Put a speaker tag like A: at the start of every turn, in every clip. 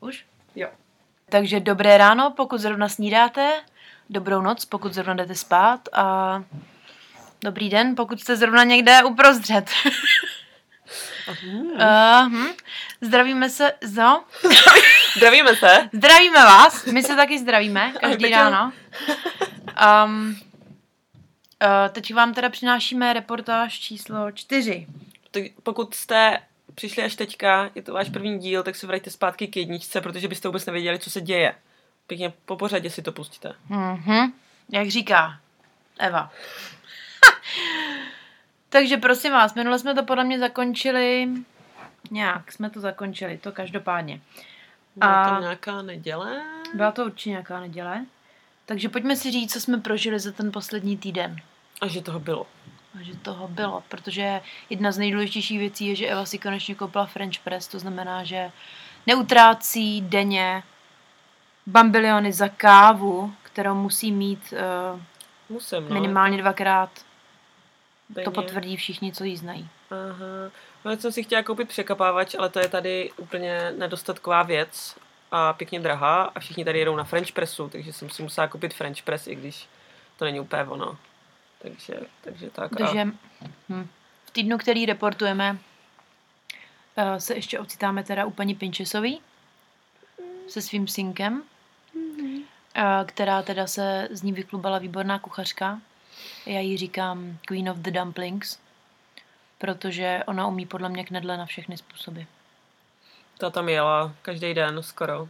A: Už?
B: Jo.
A: Takže dobré ráno, pokud zrovna snídáte, dobrou noc, pokud zrovna jdete spát a dobrý den, pokud jste zrovna někde uprostřed.
B: Mhm. Eh,
A: Uh, hm. Zdravíme se, no,
B: Zdravíme se.
A: zdravíme vás, my se taky zdravíme, každý
B: Peťo.
A: ráno. Um, uh, teď vám teda přinášíme reportáž číslo čtyři.
B: Tak pokud jste přišli až teďka, je to váš první díl, tak se vraťte zpátky k jedničce, protože byste vůbec nevěděli, co se děje. Pěkně po pořadě si to pustíte.
A: Mhm, jak říká Eva. Takže prosím vás, minule jsme to podle mě zakončili, nějak jsme to zakončili, to každopádně.
B: Byla
A: A-
B: tam nějaká neděle?
A: Byla to určitě nějaká neděle. Takže pojďme si říct, co jsme prožili za ten poslední týden.
B: A že toho bylo.
A: A že toho bylo, protože jedna z nejdůležitějších věcí je, že Eva si konečně koupila French press, to znamená, že neutrácí denně bambiliony za kávu, kterou musí mít uh,
B: Musím, no.
A: minimálně dvakrát.
B: denně.
A: To potvrdí všichni, co ji znají.
B: Aha. No, já jsem si chtěla koupit překapávač, ale to je tady úplně nedostatková věc a pěkně drahá a všichni tady jedou na French pressu, takže jsem si musela koupit French press, i když to není úplně ono. Takže, takže tak.
A: Protože
B: A
A: hm, v týdnu, který reportujeme, eh, se ještě ocitáme teda u paní Pinčesový se svým synkem, eh, která teda se z ní vyklubala výborná kuchařka. Já jí říkám Queen of the Dumplings, protože ona umí podle mě knedle na všechny způsoby.
B: ta tam jela každý den skoro.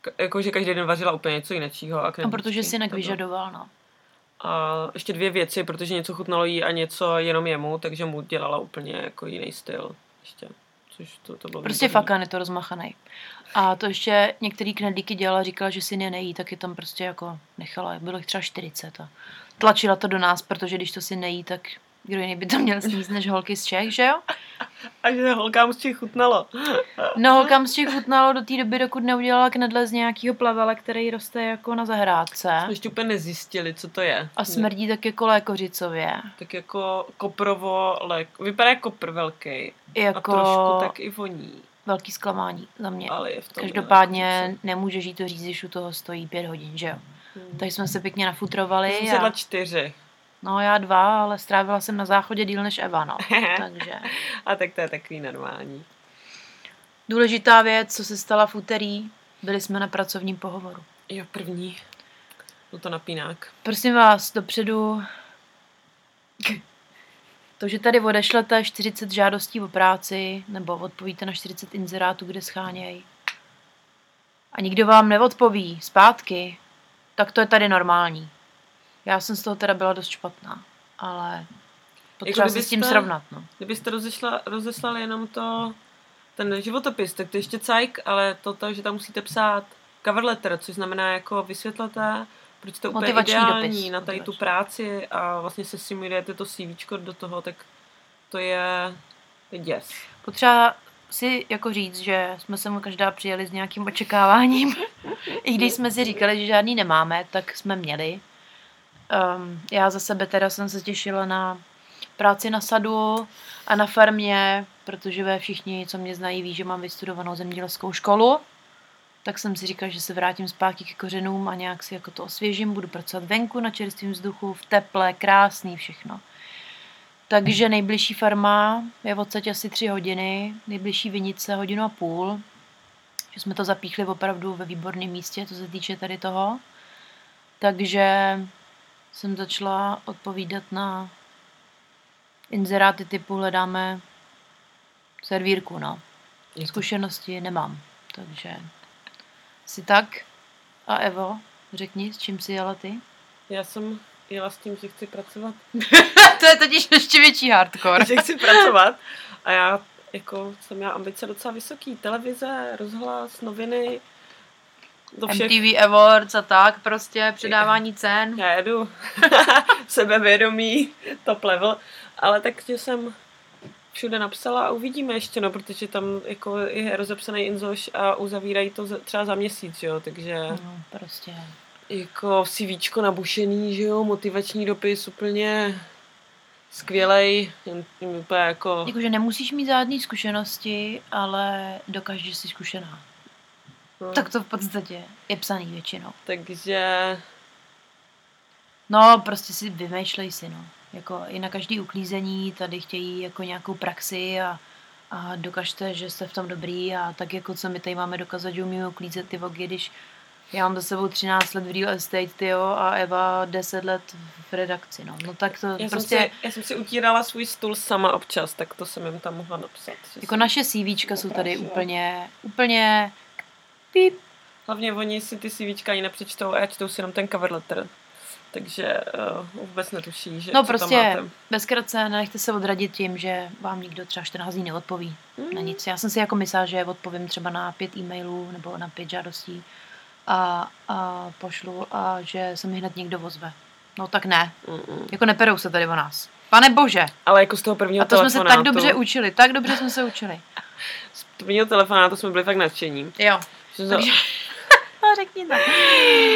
B: K- jakože každý den vařila úplně něco jiného. A,
A: A
B: knedlíčky.
A: protože synek
B: To bylo.
A: vyžadoval, no.
B: A ještě dvě věci, protože něco chutnalo jí a něco jenom jemu, takže mu dělala úplně jako jiný styl. Ještě. Což to, to bylo
A: Prostě
B: výborný.
A: fakan je to rozmachaný. A to ještě některý knedlíky dělala, říkala, že syn je nejí, tak je tam prostě jako nechala. Bylo jich třeba 40 a tlačila to do nás, protože když to si nejí, tak kdo jiný by to měl sníst než holky z Čech, že jo?
B: A že holkám z těch chutnalo.
A: No holkám z Čech chutnalo do té doby, dokud neudělala knedle z nějakého plavele, který roste jako na zahrádce
B: Jsme ještě úplně nezjistili, co to je.
A: a smrdí tak jako lékořicově.
B: Tak jako koprovo, lek, vypadá jako kopr velký. Jako... A trošku
A: Jako
B: tak i voní,
A: velký zklamání za mě.
B: ale je v tom. no,
A: Každopádně nemůže žít to říct, když u toho stojí pět hodin, že jo?
B: Tak
A: Takže jsme se pěkně nafutrovali.
B: jsem
A: a-
B: sedla čtyři.
A: No já dva, ale strávila jsem na záchodě díl než Eva, no. Takže
B: A tak to je takový normální.
A: důležitá věc, co se stala v úterý, byli jsme na pracovním pohovoru.
B: Jo, první. No to napínák.
A: Prosím vás, dopředu... To, že tady odešlete 40 žádostí o práci, nebo odpovíte na 40 inzerátů, kde schánějí, a nikdo vám neodpoví zpátky, tak to je tady normální. Já jsem z toho teda byla dost špatná, ale potřeba se s tím
B: kdybyste-
A: srovnat, no.
B: Kdybyste rozešla, rozeslali jenom to, ten životopis, tak to ještě cajk, ale to, to že tam musíte psát cover letter, což znamená jako vysvětlete, proč to je úplně
A: Motivační
B: ideální
A: dopis,
B: na tady tu
A: motivační.
B: práci a vlastně se simulujete to CV do toho, tak to je to je děs.
A: Potřeba si jako říct, že jsme sem každá přijeli s nějakým očekáváním. I když jsme si říkali, že žádný nemáme, tak jsme měli. Um, já za sebe teda jsem se těšila na práci na sadu a na farmě, protože ve všichni, co mě znají, ví, že mám vystudovanou zemědělskou školu. Tak jsem si říkala, že se vrátím zpátky k kořenům a nějak si jako to osvěžím, budu pracovat venku na čerstvém vzduchu, v teple, krásný všechno. Takže nejbližší farma je odsaď asi tři hodiny, nejbližší vinice hodinu a půl. Že jsme to zapíchli opravdu ve výborném místě, co se týče tady toho. Takže jsem začala odpovídat na inzeráty typu hledáme servírku, no.
B: Je to-
A: Zkušenosti nemám, takže si tak. A Evo, řekni, s čím si jela ty?
B: Já jsem jela s tím, že chci pracovat.
A: to je totiž ještě větší hardcore.
B: že chci pracovat. A já jako jsem měla ambice docela vysoký. Televize, rozhlas, noviny, do všech
A: MTV Awards a tak, prostě předávání cen.
B: Já jedu sebevědomí, top level, ale takže jsem všude napsala a uvidíme ještě, no, protože tam jako je rozepsaný inzoš a uzavírají to za- třeba za měsíc, jo, takže
A: No, prostě.
B: jako CVčko nabušený, že jo, motivační dopis úplně skvělej, jen, jen úplně jako,
A: Jakože nemusíš mít žádné zkušenosti, ale dokážeš si zkušená.
B: No,
A: Jako Tak to v podstatě je psaný většinou.
B: Takže
A: No, prostě si vymýšlej si, no. Jako i na každý uklízení tady chtějí jako nějakou praxi a, a dokažte, že jste v tom dobrý a tak jako co my tady máme dokázat, že umíme uklízet ty vogy, když já mám za sebou 13 let v real estate, tyjo, a Eva 10 let v redakci, no. No tak to
B: já,
A: prostě...
B: jsem si, já jsem si utírala svůj stůl sama občas, tak to jsem jim tam mohla napsat. že
A: Jako
B: jsem-
A: naše CVčka jsou tady úplně, úplně píp.
B: Hlavně oni si ty CVčka ani nepřečtou a čtou si jenom ten cover letter. Takže uh, vůbec netuší, že
A: No
B: co
A: prostě
B: tam máte.
A: bezkratce nenechte se odradit tím, že vám nikdo třeba 14 dní neodpoví
B: Hmm.
A: na nic. Já jsem si jako myslela, že odpovím třeba na pět e-mailů nebo na pět žádostí a, a pošlu a že se mi hned někdo ozve. No tak ne,
B: Mm-mm.
A: jako neperou se tady o nás. Pane bože,
B: Ale jako z toho prvního
A: a to jsme se tak
B: telefonátu-
A: dobře učili, tak dobře jsme se učili.
B: Z prvního telefonátu jsme byli fakt nadšení.
A: Jo,
B: Že
A: takže... No, Řekni to.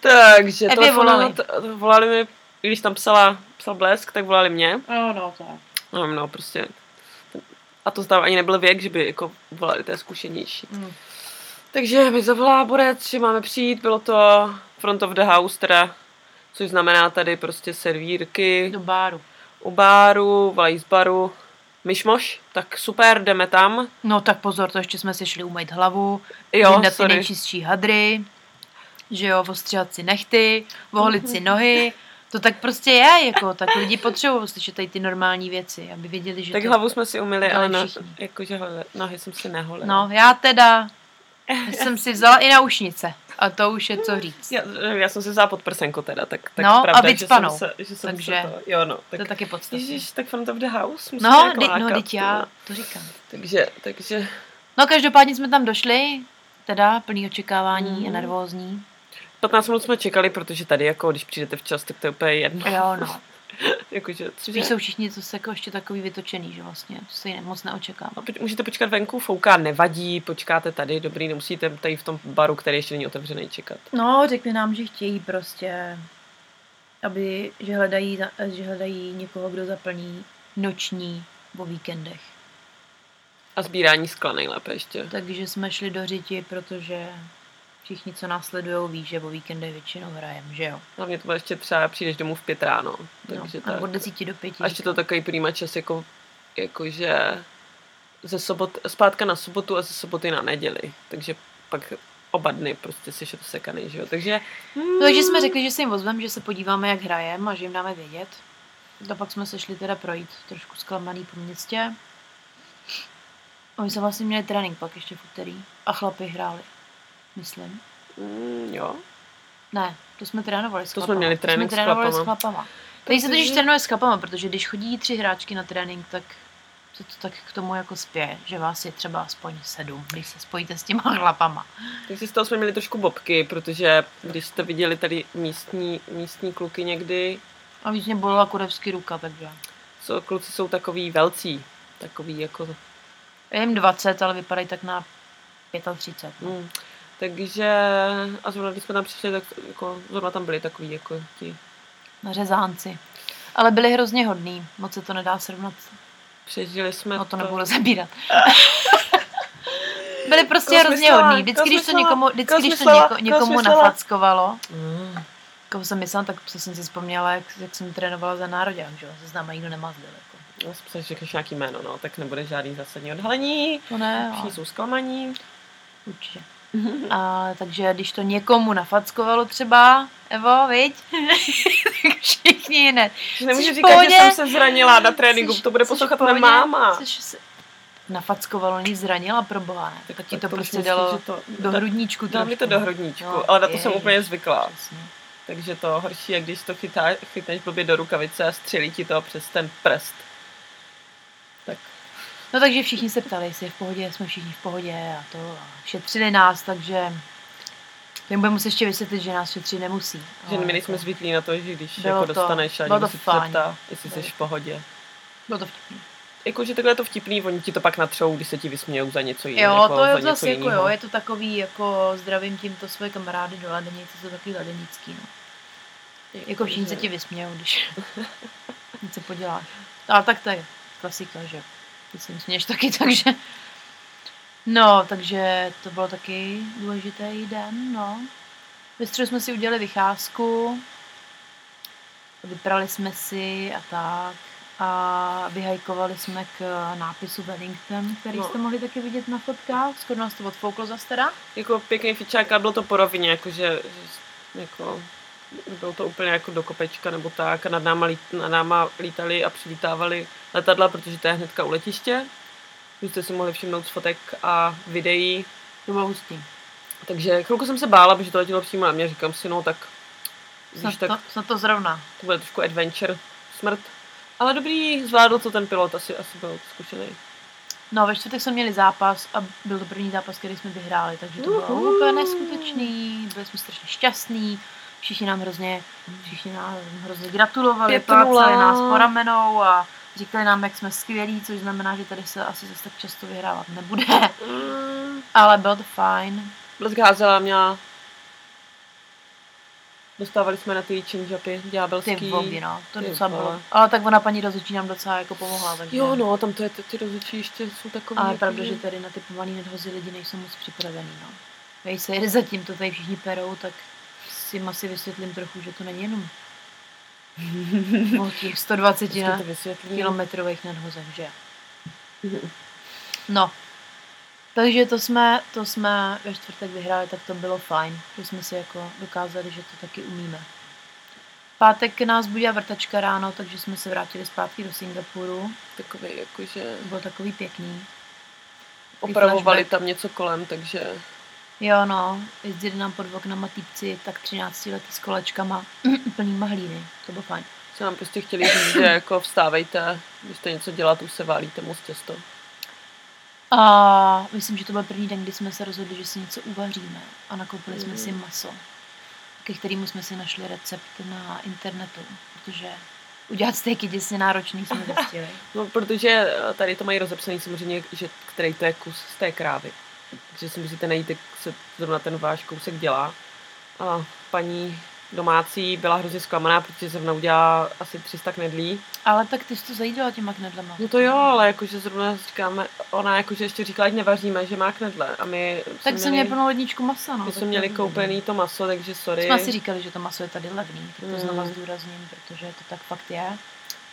B: takže
A: Evě
B: telefonát, volali. volali mi, když tam psala, psal Blesk, tak volali mě.
A: No, no, to je.
B: No, no prostě. A to tam ani nebyl věk, že by jako volali, to je zkušenější.
A: Mm.
B: Takže mi zavolá borec, že máme přijít, bylo to front of the house teda, což znamená tady prostě servírky
A: Do báru.
B: u báru, volají z baru, myšmoš, tak super, jdeme tam.
A: No tak pozor, to ještě jsme si šli umýt hlavu,
B: Jo,
A: na ty
B: sorry.
A: nejčistší hadry, že jo, ostříhat si nechty, voholit si nohy, to tak prostě je, jako, tak lidi potřebují slyšet tady ty normální věci, aby věděli, že
B: Tak
A: to...
B: hlavu jsme si umyli, ale
A: dělají
B: no,
A: všichni.
B: jakože hle- nohy jsem si neholila.
A: No, já teda jsem si vzala i naušnice a to už je co říct.
B: Já, já jsem si vzala pod prsenko teda, tak, tak
A: No, a
B: pravda,
A: být
B: že jsem
A: spanou.
B: se, že jsem
A: Takže-
B: se to, jo no,
A: To
B: tak,
A: je taky podstatné.
B: Ježíš, tak front of the house, musíme jako
A: No,
B: jak
A: di, no,
B: lákat,
A: teď já
B: no.
A: to říkám.
B: Takže, takže,
A: No, každopádně jsme tam došli, teda plný očekávání a
B: Mhm.
A: nervózní.
B: 15 minut jsme čekali, protože tady jako, když přijdete včas, tak to je úplně jedno.
A: Jo, no.
B: Jakože, cože?
A: Spíš jsou všichni, co se jako ještě takový vytočený, že vlastně, to se jim moc neočekává.
B: A poč- No, Můžete počkat venku, fouká, nevadí, počkáte tady, dobrý, nemusíte tady v tom baru, který ještě není otevřený, čekat.
A: No, řekli nám, že chtějí prostě, aby, že hledají, za- že hledají někoho, kdo zaplní noční po víkendech.
B: A sbírání skla nejlépe ještě.
A: Takže jsme šli do řiti, protože všichni, co nás sledují, ví, že po víkendech většinou hrajem, že jo?
B: Hlavně to bude ještě třeba přijdeš domů v pět ráno.
A: No,
B: Takže
A: a
B: tak.
A: od 10 do 5.
B: A ještě to takový prýma čas, jako, jakože ze sobot, zpátka na sobotu a ze soboty na neděli. Takže pak oba dny prostě jsi sekaný, že jo. Takže,
A: No, takže jsme řekli, že se jim ozvem, že se podíváme, jak hrajem a že jim dáme vědět. A pak jsme se šli teda projít trošku zklamaný po městě. Oni se vlastně měli trénink pak ještě v úterý. A chlapi hráli, myslím.
B: mm, jo.
A: Ne, to jsme trénovali s
B: To jsme
A: chlapama.
B: měli trénink
A: to
B: s
A: jsme trénovali s
B: chlapama.
A: chlapama. Tady se totiž trénuje s chlapama, protože když chodí tři hráčky na trénink, tak to, to tak k tomu jako spěje, že vás je třeba aspoň sedm, když se spojíte s těma chlapama.
B: Takže z toho jsme měli trošku bobky, protože když jste viděli tady místní, místní kluky někdy,
A: A víc mě bolela kurevský ruka, takže.
B: co kluci jsou takový velcí, takový jako...
A: Je jim 20, ale vypadají tak na 35. No.
B: Mm. Takže, a zrovna když jsme tam přišli, tak jako, zrovna tam byli takový jako ti
A: Na řezánci. Ale byli hrozně hodný, moc se to nedá srovnat.
B: Přežili jsme
A: No to nebudu zabírat. Byli prostě
B: Koho jsi
A: hrozně
B: myslela?
A: hodný. Vždycky,
B: Koho jsi
A: když to
B: myslela?
A: někomu,
B: Koho
A: vždycky,
B: jsi
A: když to
B: myslela?
A: něko,
B: Koho jsi
A: někomu
B: myslela?
A: nafackovalo,
B: Mm.
A: Koho Jako jsem myslela, tak přesně jsem si vzpomněla, jak, jak jsem trénovala za nároďák, že jo? Se s náma nikdo nemazlil. Jako.
B: No, spíš řekneš nějaký jméno, no, tak nebude žádný zásadní odhalení.
A: To No ne,
B: Všichni jsou zklamaní.
A: určitě. A, takže když to někomu nafackovalo třeba, Evo, viď? tak všichni ne.
B: Že Nemůžu
A: v
B: říkat, že
A: pohodě?
B: jsem se zranila na tréninku,
A: Jsi-
B: to bude
A: jsi v
B: poslouchat
A: pohodě?
B: moje máma.
A: Jsi- jsi- Nafackovalo, nic zranila, pro boha, ne? Tak, ti to,
B: už
A: prostě
B: myslím,
A: dalo
B: že to,
A: do hrudníčku
B: Dá mi to
A: trošku.
B: do hrudníčku,
A: No,
B: ale na to jsem
A: jej.
B: úplně zvyklá.
A: Přesně.
B: Takže to horší je, když to chytá, chytneš blbě do rukavice a střelí ti to přes ten prst. Tak
A: No takže všichni se ptali, jestli je v pohodě, jsme všichni v pohodě a to a šetřili nás, takže to jim budeme muset ještě vysvětlit, že nás šetřit nemusí.
B: Že
A: Ale
B: my
A: jako-
B: nejsme zvyklí na to, že když
A: Bylo
B: jako
A: to-
B: dostaneš a
A: bylo to
B: někdo se tě
A: fajn.
B: zeptá, jestli jsi
A: Bylo
B: v pohodě.
A: Bylo to vtipný.
B: Jakože takhle je to vtipný, oni ti to pak natřou, když se ti vysmějou za něco jiného.
A: Jo, to
B: za
A: je
B: něco
A: zase jako
B: jinýho.
A: jo, je to takový jako zdravím tímto svoje kamarády do ledenice, jsou takový ledenický, no. Jako všichni se ti vysmějou, když nic se poděláš. Ale tak to je klasika, že jo. ty se jim směješ taky, takže... No, takže to bylo taky důležitý den, no. Ve středu jsme si udělali vycházku, vyprali jsme si a tak. A vyhajkovali jsme k eh, nápisu Wellington, který
B: No.
A: jste mohli taky vidět na fotkách. Skoro nás to odfouklo zase teda.
B: Jako pěkný fičák, ale bylo to po rovině, jakože že- jako, bylo to úplně jako do kopečka nebo tak a nad náma, lít, nad náma lítali a přilítávali letadla, protože to je hnedka u letiště. Už jste si mohli všimnout z fotek a videí,
A: To bylo hustý.
B: takže chvilku jsem se bála, protože to letělo přímo na mě, říkám si, no tak, když
A: Snad,
B: tak,
A: to, snad to zrovna.
B: to bude trošku adventure, smrt. Ale dobrý, zvládl to ten pilot, asi, asi byl zkušený.
A: No, ve čtvrtek jsme měli zápas a byl to první zápas, který jsme vyhráli, takže to bylo
B: Juhu.
A: úplně neskutečný, byli jsme strašně šťastní, všichni nám hrozně, všichni nám hrozně gratulovali,
B: Pět
A: plácali
B: nula.
A: nás po ramenou a říkali nám, jak jsme skvělí, což znamená, že tady se asi zase tak často vyhrávat nebude, Mm, ale bylo to fajn.
B: Blesk házela měla... Dostávali jsme na ty činžapy
A: Ty
B: ďábelský.
A: bogy, no, to
B: Ty
A: docela
B: vole.
A: bylo. Ale tak ona paní rozhodčí nám docela jako pomohla, takže...
B: Jo, no, tam to je, ty, ty rozličí ještě jsou takový.
A: Ale
B: jako,
A: je pravda, že tady na ty pomalý nadhozy lidi nejsou moc připravený, no. Vej se, jde zatím to tady všichni perou, tak si jim asi vysvětlím trochu, že to není jenom o těch 120
B: Vždycky
A: na
B: Prostě to vysvětlí.
A: kilometrových nadhozech, že? No. Takže to jsme, to jsme ve čtvrtek vyhráli, tak to bylo fajn, že jsme si jako dokázali, že to taky umíme. V pátek nás budila vrtačka ráno, takže jsme se vrátili zpátky do Singapuru.
B: Takový, jakože
A: To bylo takový pěkný.
B: opravovali
A: flashback.
B: tam něco kolem, takže
A: Jo, no, jezdili nám pod oknama týpci tak 13 letý s kolečkama, plnýma hlíny, to bylo fajn.
B: se nám prostě chtěli říct, že jako vstávejte, když jste něco dělat, už se válíte moc těsto.
A: A myslím, že to byl první den, kdy jsme se rozhodli, že si něco uvaříme a nakoupili jsme si
B: Mhm.
A: maso, ke kterému jsme si našli recept na internetu, protože udělat stejky děsně náročný jsme zjistili.
B: No, protože eh, tady to mají rozepsaný samozřejmě, že který to je kus z té krávy. Takže si musíte najít, jak se zrovna ten váš kousek dělá. A paní domácí byla hrozně zklamaná, protože zrovna udělala asi 300 knedlí.
A: Ale tak ty jsi to zajídala těma knedlema.
B: No to jo, ale jakože zrovna říkáme, ona jakože ještě říkala, ať nevaříme, že má knedle. A my
A: Tak jsem měli plnou ledničku masa, no.
B: my
A: tak
B: jsme
A: to
B: měli
A: je-
B: koupený to maso, takže sorry.
A: Jsme si říkali, že to maso je tady levný, proto
B: Mm.
A: mm. znova zdůrazním, protože to tak fakt je.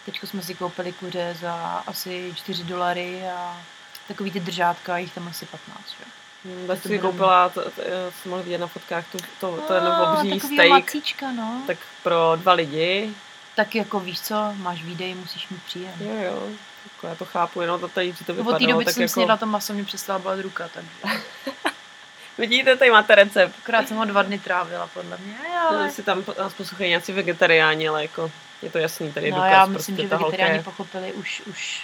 A: Teď jsme si koupili kuře za asi 4 dolary a takový ty držátka, jich tam asi 15, že?
B: Hm, Bez
A: to
B: si
A: budeme-
B: koupila, to, to, eh, jsem mohla vidět na fotkách, tu, to, to ten obří
A: takový
B: steak,
A: macíčka, no. Tak.
B: tak pro dva lidi,
A: tak jako víš co, máš výdej, musíš mít příjem.
B: Jo, jo, jako já to chápu, jenom to tady, že to
A: No,
B: vypadalo,
A: od té doby, co
B: tak
A: jsem
B: jako...
A: snědla to maso, mě přestala bolet ruka, takže
B: Vidíte, tady máte recept.
A: akorát jsem ho dva dny trávila, podle mě,
B: Ale...
A: ale...
B: Si tam po- nás poslouchají nějací vegetariáni, ale jako je to jasný, tady je
A: No,
B: důkaz,
A: já myslím,
B: prostě
A: že
B: ta holka
A: vegetariáni
B: je-
A: pochopili už, už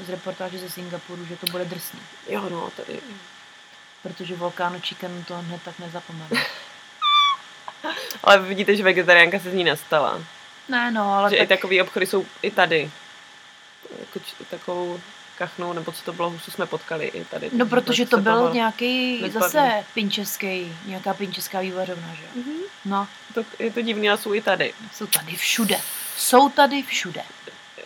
A: eh, z reportáže ze Singapuru, že to bude drsný.
B: Jo, no, tady...
A: Protože Volcano Chicken to hned tak nezapomenu.
B: Ale vidíte, že vegetariánka se z ní nestala.
A: Ne, no,
B: Ale
A: ale
B: že tak... i
A: tak,
B: takový obchody jsou i tady. Jako č- takovou kachnou, nebo co to bylo, husu jsme potkali i tady.
A: No,
B: takže
A: protože
B: tak
A: to
B: se
A: byl
B: bavilo.
A: nějaký
B: Bezvadný.
A: zase pinčeský, nějaká pinčeská vývařovna, že jo?
B: Mhm.
A: No,
B: To, je to divný, ale jsou i tady.
A: jsou tady všude. Jsou tady všude.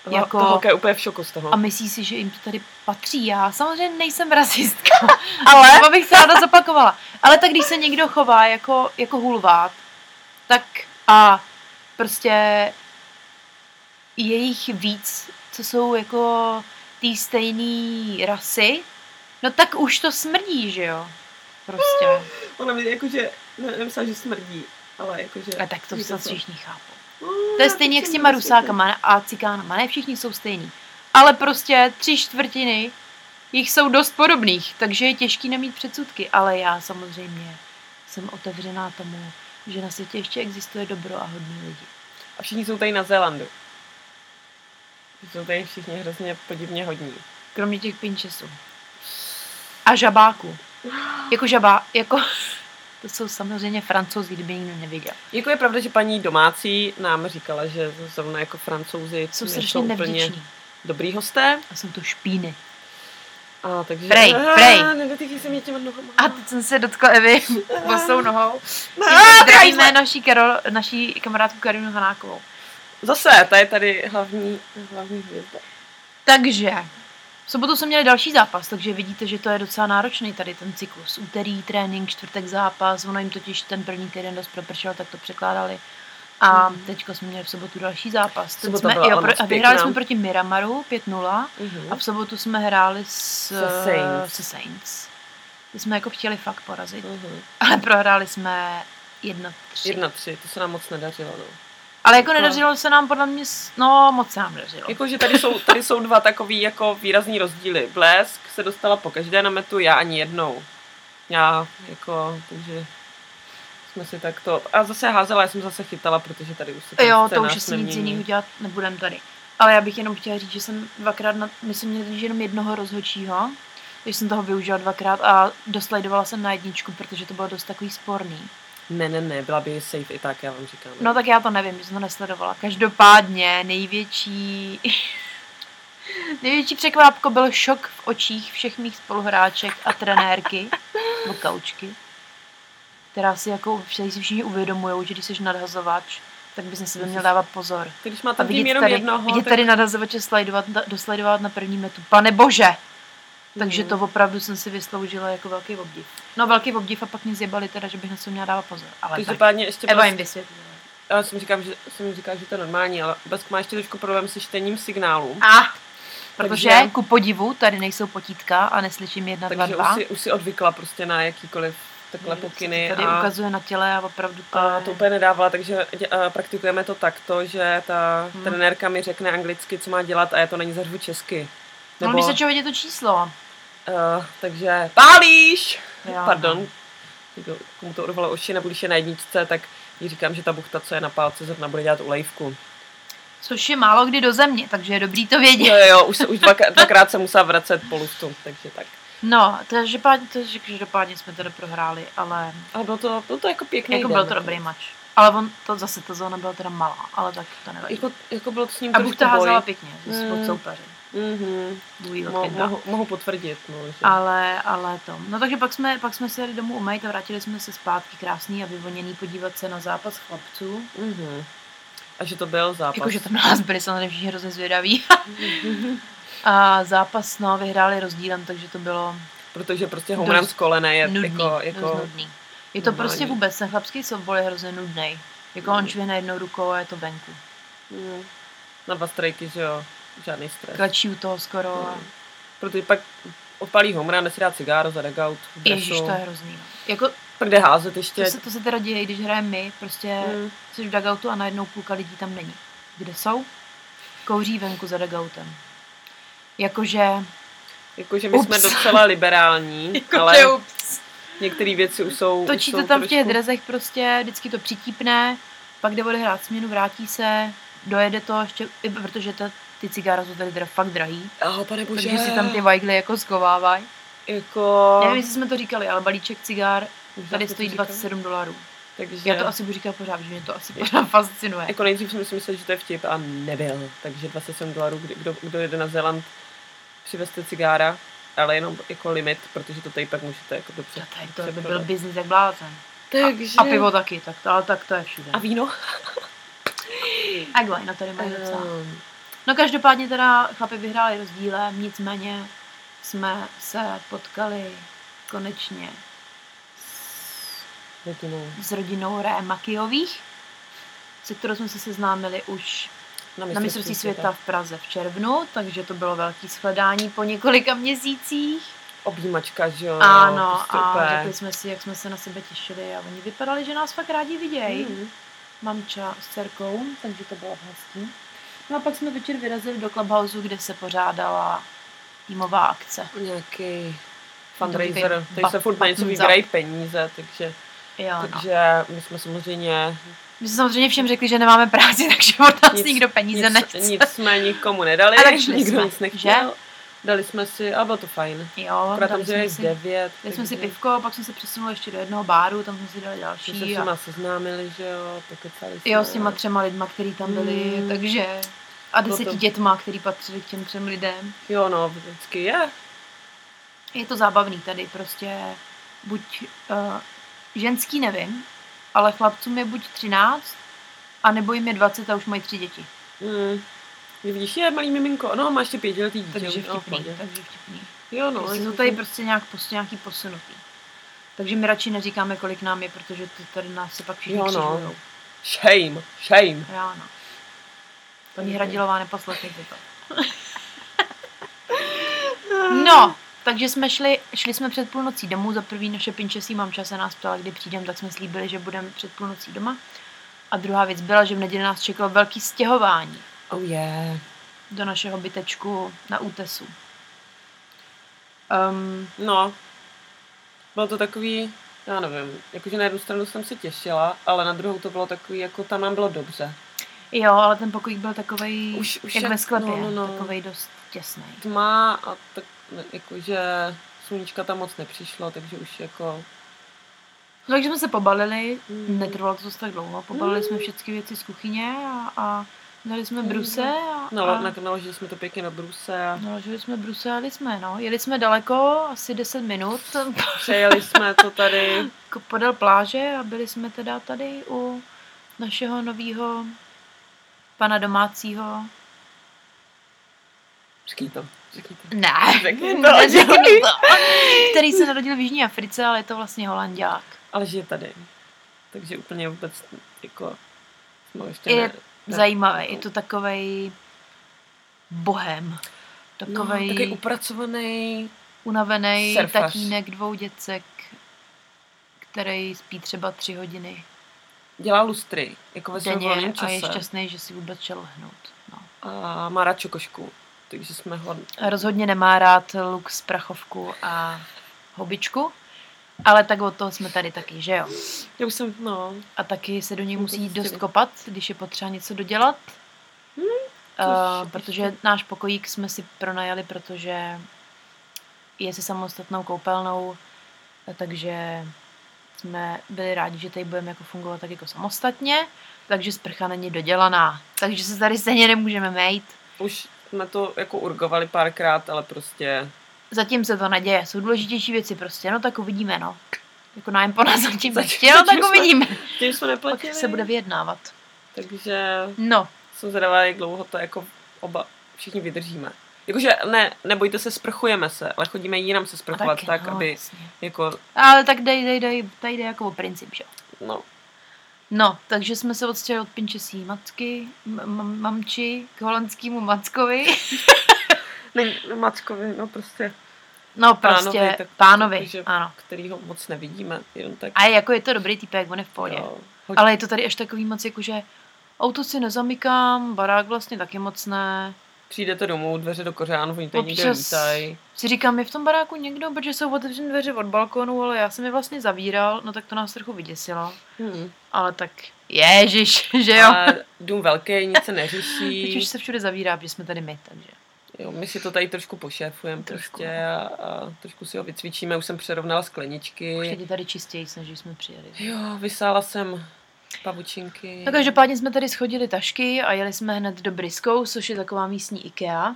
B: Jako...
A: Jako-
B: Ta holka je úplně v šoku z toho.
A: A myslí si, že jim to tady patří. Já samozřejmě nejsem rasistka, ale to bych se ráda zopakovala. Ale tak když se někdo chová jako, jako hulvát, tak a prostě je jich víc, co jsou jako té stejné rasy, no tak už to smrdí, že jo? Prostě.
B: Ona mi jakože, ne, nemyslela, že smrdí, ale jakože...
A: A tak to
B: Víte
A: snad
B: co?
A: všichni chápou.
B: Mm,
A: To je
B: já
A: stejný jak s
B: jsem
A: těma
B: myslela, že-
A: rusákama a cikánama. Ne všichni jsou stejní. Ale prostě tři čtvrtiny jich jsou dost podobných, takže je těžký nemít předsudky. Ale já samozřejmě jsem otevřená tomu, že na světě ještě existuje dobro a hodní lidi.
B: A všichni jsou tady na Zélandu. Jsou tady všichni hrozně podivně hodní.
A: Kromě těch pinčesů. A žabáků. Jako žabá, jako... To jsou samozřejmě francouzi, kdyby nikdo nevěděl.
B: Jako je pravda, že paní domácí nám říkala, že zrovna jako francouzi
A: Jsou
B: nejsou
A: strašně nevděční.
B: dobrý hosté.
A: A jsou to špíny.
B: A takže...
A: Prej,
B: Ah,
A: prej.
B: Nedotýkej se mě těma Ah, nohama.
A: A teď jsem se dotkla Evy bosou nohou.
B: Ah,
A: Zdravíme
B: drahý-
A: naší, Karol, naší kamarádku Karinu Hanákovou.
B: Zase, ta je tady hlavní, hlavní hvězda.
A: Takže sobotu jsme měli další zápas, takže vidíte, že to je docela náročný tady ten cyklus. Úterý trénink, čtvrtek zápas, ono jim totiž ten první týden dost propršel, tak to překládali. A teď jsme měli v sobotu další zápas. Teď
B: Sobota
A: jsme,
B: byla
A: jo,
B: ale
A: pro,
B: moc
A: a vyhráli
B: pěkná.
A: jsme proti Miramaru 5-0 a v sobotu jsme hráli s,
B: Se Saints.
A: se Saints. Ty jsme jako chtěli fakt porazit,
B: Mhm.
A: ale prohráli jsme 1-3.
B: Jedna tři, to se nám moc nedařilo. No.
A: Ale jako
B: No.
A: nedařilo se nám podle mě, s- no moc se nám dařilo.
B: Jakože tady jsou, tady jsou dva takový jako výrazný rozdíly. Blesk se dostala po každé na metu, já ani jednou. Já jako, takže jsme si takto... A zase házela, já jsem zase chytala, protože tady už se ten
A: Jo, to
B: scénář
A: už asi nic
B: nemění.
A: jiného dělat nebudem tady. Ale já bych jenom chtěla říct, že jsem dvakrát, na, my jsme měli totiž jenom jednoho rozhodčího, takže jsem toho využila dvakrát a doslajdovala jsem na jedničku, protože to bylo dost takový sporný.
B: Ne, ne, ne, byla by safe i tak, já vám říkám.
A: No tak já to nevím, že jsem to nesledovala. Každopádně největší... největší překvápko byl šok v očích všech mých spoluhráček a trenérky, nebo koučky, která si jako všichni si všichni uvědomují, že když jsi nadhazovač, tak bys na sebe měl dávat pozor.
B: Když má
A: A
B: ten tým
A: vidět
B: jenom
A: tady,
B: jednoho,
A: vidět tady nadazovače slajdovat, da- doslajdovat na první metu. Pane bože!
B: Mhm.
A: Takže to opravdu jsem si vysloužila jako velký obdiv. No velký obdiv a pak mě zjebali teda, že bych na co měla dávat pozor. Ale tak.
B: Každopádně ještě
A: Eva
B: Blesk-
A: jim vysvětlila.
B: já jsem říkám, že, jsem říkám, že to je normální, ale Blesk má ještě trošku problém se čtením signálů.
A: A, protože
B: Takže-
A: ku podivu tady nejsou potítka a neslyším jedna, dva,
B: takže
A: dva.
B: už si, už si odvykla prostě na jakýkoliv takhle
A: Mně se to
B: pokyny.
A: Tady
B: a...
A: ukazuje na těle a opravdu to,
B: A
A: je-
B: to úplně nedávala, takže dě, a praktikujeme to takto, že ta
A: Hmm.
B: hmm. trenérka mi řekne anglicky, co má dělat a já to na ní zařvu česky.
A: No
B: Nebo,
A: když
B: no,
A: začalo vidět to číslo.
B: uh, takže pálíš!
A: Jo,
B: No, Pardon. Někdo, komu to urvalo oči, nebo když je na jedničce, tak jí říkám, že ta buchta, co je na pálce, zrovna bude dělat ulejvku.
A: Což je málo kdy do země, takže je dobrý to vědět.
B: Jo, jo, jo, už, se, už dvakrát, dvakrát se musela vracet po luftu, takže tak.
A: No, takže pádně, takže každopádně jsme teda prohráli, ale
B: A bylo to, bylo to jako pěkný
A: jako
B: den.
A: byl to dobrý mač. Ale on, to zase ta zóna byla teda malá, ale tak to nevadí.
B: Jako, jako bylo to s ním
A: a Bůh
B: trošku
A: to házela No,
B: boj.
A: pěkně,
B: Mm.
A: mm. od soupeře.
B: Mhm.
A: Bůh
B: Mo, mohu, mohu potvrdit. No, že...
A: ale, ale to. No takže pak jsme, pak jsme se jeli domů umýt a vrátili jsme se zpátky krásný a vyvoněný podívat se na zápas chlapců.
B: Mhm. A že to byl zápas.
A: Jakože tam na nás byli samozřejmě všichni hrozně zvědaví. a zápas, no, vyhráli rozdílem, takže to bylo
B: Protože prostě
A: Dost
B: home run z kolene je
A: nudný.
B: jako...
A: dost
B: jako
A: nudný. Je to
B: normální.
A: prostě vůbec, ten chlapský softball je hrozně nudný. Jako on
B: Mm.
A: švihne jednou rukou a je to venku.
B: Mm. na dva strejky, že jo, žádný stres.
A: Klečí u toho skoro a...
B: Mm. Protože pak opalí home run, jde si dá cigáro za dugout. v dresu.
A: Ježíš, to je hrozný. no. Jako,
B: Pak jde házet ještě.
A: to se, to se teda děje, když hrajeme my, prostě
B: Mm.
A: jsi v dugoutu a najednou půlka lidí tam není. Kde jsou? Kouří venku za dugoutem. Jakože...
B: Jakože my jsme
A: Ups. Jako
B: docela liberální, ale některé věci už jsou... už
A: Točí to
B: jsou
A: tam v těch
B: trošku-
A: drezech prostě, vždycky to přitípne, pak jde odehrát směnu, vrátí se, dojede to ještě, i protože to, ty cigára jsou tady teda fakt drahý,
B: Oh, pane bože.
A: takže si tam ty vajgly jako zkovávají.
B: Jako...
A: Nevím, jestli jsme to říkali, ale balíček cigár
B: Už
A: tady
B: jsem to
A: stojí
B: říkala.
A: 27 dolarů.
B: Takže...
A: Já to asi budu říkat pořád, že mě to asi pořád fascinuje.
B: Jako nejdřív jsem si myslel, že to je vtip a nebyl. Takže 27 dolarů, kdy- kdo, kdo jede na Zéland, přivezte cigára, ale jenom jako limit, protože to tady pak můžete jako dobře.
A: To, tady, to by byl
B: přeprodat.
A: biznis jak blázen.
B: Takže...
A: A pivo taky, tak to, ale tak to je všude.
B: A víno?
A: A Glajna tady mají docela.
B: Ehm,
A: No každopádně teda chlapi vyhráli rozdílem, nicméně jsme se potkali konečně s,
B: rodinou.
A: s rodinou Ré Makijových, se kterou jsme se seznámili už na mistrovství světa v Praze v červnu, takže to bylo velký shledání po několika měsících.
B: Objímačka, že jo?
A: Ano,
B: prostě
A: a
B: úplně.
A: řekli jsme si, jak jsme se na sebe těšili a oni vypadali, že nás fakt rádi vidějí.
B: Mhm.
A: Mamča s dcerkou, takže to bylo hezký. No a pak jsme večer vyrazili do Clubhouse, kde se pořádala týmová akce.
B: Nějaký fundraiser.
A: Dobrý
B: Tady se furt na něco
A: ba-
B: vybírají peníze, takže,
A: Jo, no.
B: takže my jsme samozřejmě
A: My jsme samozřejmě všem řekli, že nemáme práci, takže od nás
B: Nic-
A: nikdo peníze
B: nic,
A: nechce.
B: nic jsme nikomu nedali,
A: A tak šli
B: nikdo
A: jsme,
B: nic nechtěl. Že? Dali jsme si, a bylo to fajn.
A: Jo,
B: Akorát
A: dali
B: tam jsme
A: jsme
B: si
A: si,
B: devět.
A: dali jsme si
B: takže
A: pivko, pak jsme se přesunuli ještě do jednoho báru, tam jsme si dali
B: jsme
A: další.
B: se
A: A,
B: všema seznámili, že jo, pokecali jsme.
A: jo, s těma třema lidma, který tam byli,
B: Mm.
A: takže... A
B: Bylo
A: deseti
B: to-
A: dětma, který patřili k těm třem lidem.
B: Jo, no, vždycky je.
A: Je to zábavný tady, prostě buď uh, ženský nevím, ale chlapcům je buď 13, a nebo jim je 20 a už mají tři děti.
B: Mm. Vidíš, je malý miminko. No, máš ty pětiletý dítě.
A: Takže
B: už, no, v
A: vtipný,
B: pohodě.
A: takže vtipný.
B: Jo,
A: No,
B: no.
A: je to
B: jestli-
A: tady prostě nějak, prostě nějaký posunutý. Takže my radši neříkáme, kolik nám je, protože to tady nás se pak všichni
B: Jo, no.
A: křižujou.
B: Shame, shame.
A: Ráno. Paní Hradilová, neposlechněte to.
B: Ah.
A: No, takže jsme šli, šli jsme před půlnocí domů, za prvý naše pinčesí mamča se nás ptala, kdy přijdem, tak jsme slíbili, že budeme před půlnocí doma. A druhá věc byla, že v neděli nás čekalo velký stěhování
B: Oh yeah.
A: do našeho bytečku na útesu. Um,
B: No, bylo to takový, já nevím, jakože na jednu stranu jsem se těšila, ale na druhou to bylo takový, jako tam nám bylo dobře.
A: jo, ale ten pokojík byl takovej,
B: Už- už
A: jak
B: jak-
A: ve sklepě,
B: no, no, no.
A: takovej dost těsný.
B: Tma a tak, ne- jakože sluníčka tam moc nepřišlo, takže už jako...
A: No, takže jsme se pobalili,
B: Mm.
A: netrvalo to zase tak dlouho, pobalili
B: Mm.
A: jsme všechny věci z kuchyně a, a dali jsme
B: Mm.
A: bruse a,
B: No,
A: a
B: a... naložili jsme to pěkně na bruse a
A: naložili No, jsme bruse a jeli jsme, no. Jeli jsme daleko, asi 10 minut,
B: přejeli jsme to tady.
A: k- podél pláže a byli jsme teda tady u našeho nového pana domácího.
B: Řekni to, řekni to.
A: Ne,
B: Řekni to,
A: neřeknu
B: dělej.
A: to. Který se narodil v Jižní Africe, ale je to vlastně holandiák.
B: Ale žije tady, takže úplně vůbec jako... Jsme ještě
A: Je
B: ne... Ne.
A: Zajímavé, je to takovej bohem. Takovej...
B: No, takový upracovaný
A: unavený
B: Surfař.
A: tatínek dvou děcek, který spí třeba tři hodiny
B: dělá lustry, jako ve svém
A: denně
B: volném
A: a
B: čase.
A: je šťastný, že si vůbec šel lehnout. No.
B: a má rád čokošku, takže jsme ho...
A: A Rozhodně nemá rád lux, prachovku a hobičku, ale tak od toho jsme tady taky, že jo?
B: Já už jsem, no,
A: A taky se do něj
B: Jsme
A: musí
B: poctiví.
A: dost kopat, když je potřeba něco dodělat. Uh,
B: Hmm, což
A: protože
B: ještě-
A: náš pokojík jsme si pronajali, protože je se samostatnou koupelnou, eh, takže jsme byli rádi, že tady budeme jako fungovat tak jako samostatně, takže sprcha není dodělaná, takže se tady stejně nemůžeme mejt.
B: už jsme to jako urgovali párkrát, ale prostě
A: Zatím se to neděje, jsou důležitější věci prostě, no tak uvidíme, no. Jako nájem po nás zatím
B: Zatím-
A: nechtěl, no,
B: zatím
A: tak
B: jsme-
A: uvidíme.
B: tím jsme
A: Pak
B: neplatili,
A: se bude vyjednávat.
B: takže
A: No,
B: jsem zvědavá, jak dlouho to jako oba všichni vydržíme. Jakože ne, nebojte se, sprchujeme se, ale chodíme jinam se
A: a
B: sprchovat
A: taky,
B: tak,
A: no,
B: aby
A: jasně.
B: jako,
A: Ale tak dej, dej, dej, tady jde jako o princip, že jo.
B: no,
A: No, takže jsme se odstěhli od pinčesí matky, m- mam- mamči, k holandskému mackovi.
B: ne, Mackovi, no prostě,
A: No
B: Pánovi,
A: prostě,
B: tak-
A: pánovi, pánovi
B: takže-
A: ano.
B: kterýho moc nevidíme, jenom tak.
A: A je, jako je to dobrý typek, on je v pohodě.
B: jo, hoď-
A: Ale je to tady až takový moc, jako že auto si nezamykám, barák vlastně taky moc ne.
B: Přijdete domů, dveře do kořánu, oni tady někde
A: Občas-
B: lítají.
A: Si říkám, je v tom baráku někdo, protože jsou otevřené dveře od balkonu, ale já jsem je vlastně zavíral, no tak to nás trochu vyděsilo.
B: Hmm.
A: Ale tak, ježiš, že jo.
B: A dům velký, nic se neřeší.
A: Teď už se všude zavírá, protože jsme tady my, takže.
B: Jo, my si to tady trošku pošéfujeme
A: Trošku, no.
B: prostě a, a trošku si ho vycvičíme. Už jsem přerovnala
A: Už
B: skleničky.
A: teď je tady čistěji, než když jsme přijeli.
B: Jo, vysála jsem pavučinky.
A: No každopádně jsme tady schodili tašky a jeli jsme hned do Briskou, což je taková místní IKEA.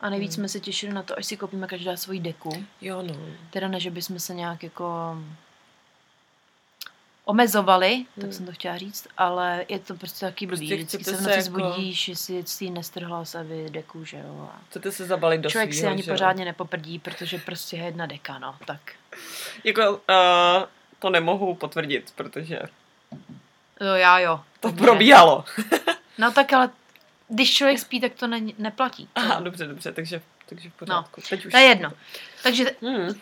A: A nejvíc
B: Hmm.
A: jsme se těšili na to, až si koupíme každá svoji deku.
B: Jo, no.
A: Teda ne, že bychom se nějak jako omezovali, tak
B: Hmm.
A: jsem to chtěla říct, ale je to prostě taky blbý.
B: Prostě
A: Vždycky se
B: chcete
A: v noci
B: se jako-
A: zbudíš, jestli si ji nestrhla se vy deku, že jo. A
B: Chcete se zabalit do
A: člověk si
B: svýho,
A: ani
B: že jo?
A: pořádně nepoprdí, protože prostě je jedna deka, no. Tak
B: Jako, uh, to nemohu potvrdit, protože
A: jo, já jo.
B: No, to
A: takže-
B: probíhalo.
A: No tak ale když člověk spí, tak to ne- neplatí. To-
B: Aha, dobře, dobře, takže, takže v pořádku. No, Teď už...
A: to je jedno. Takže
B: Hmm.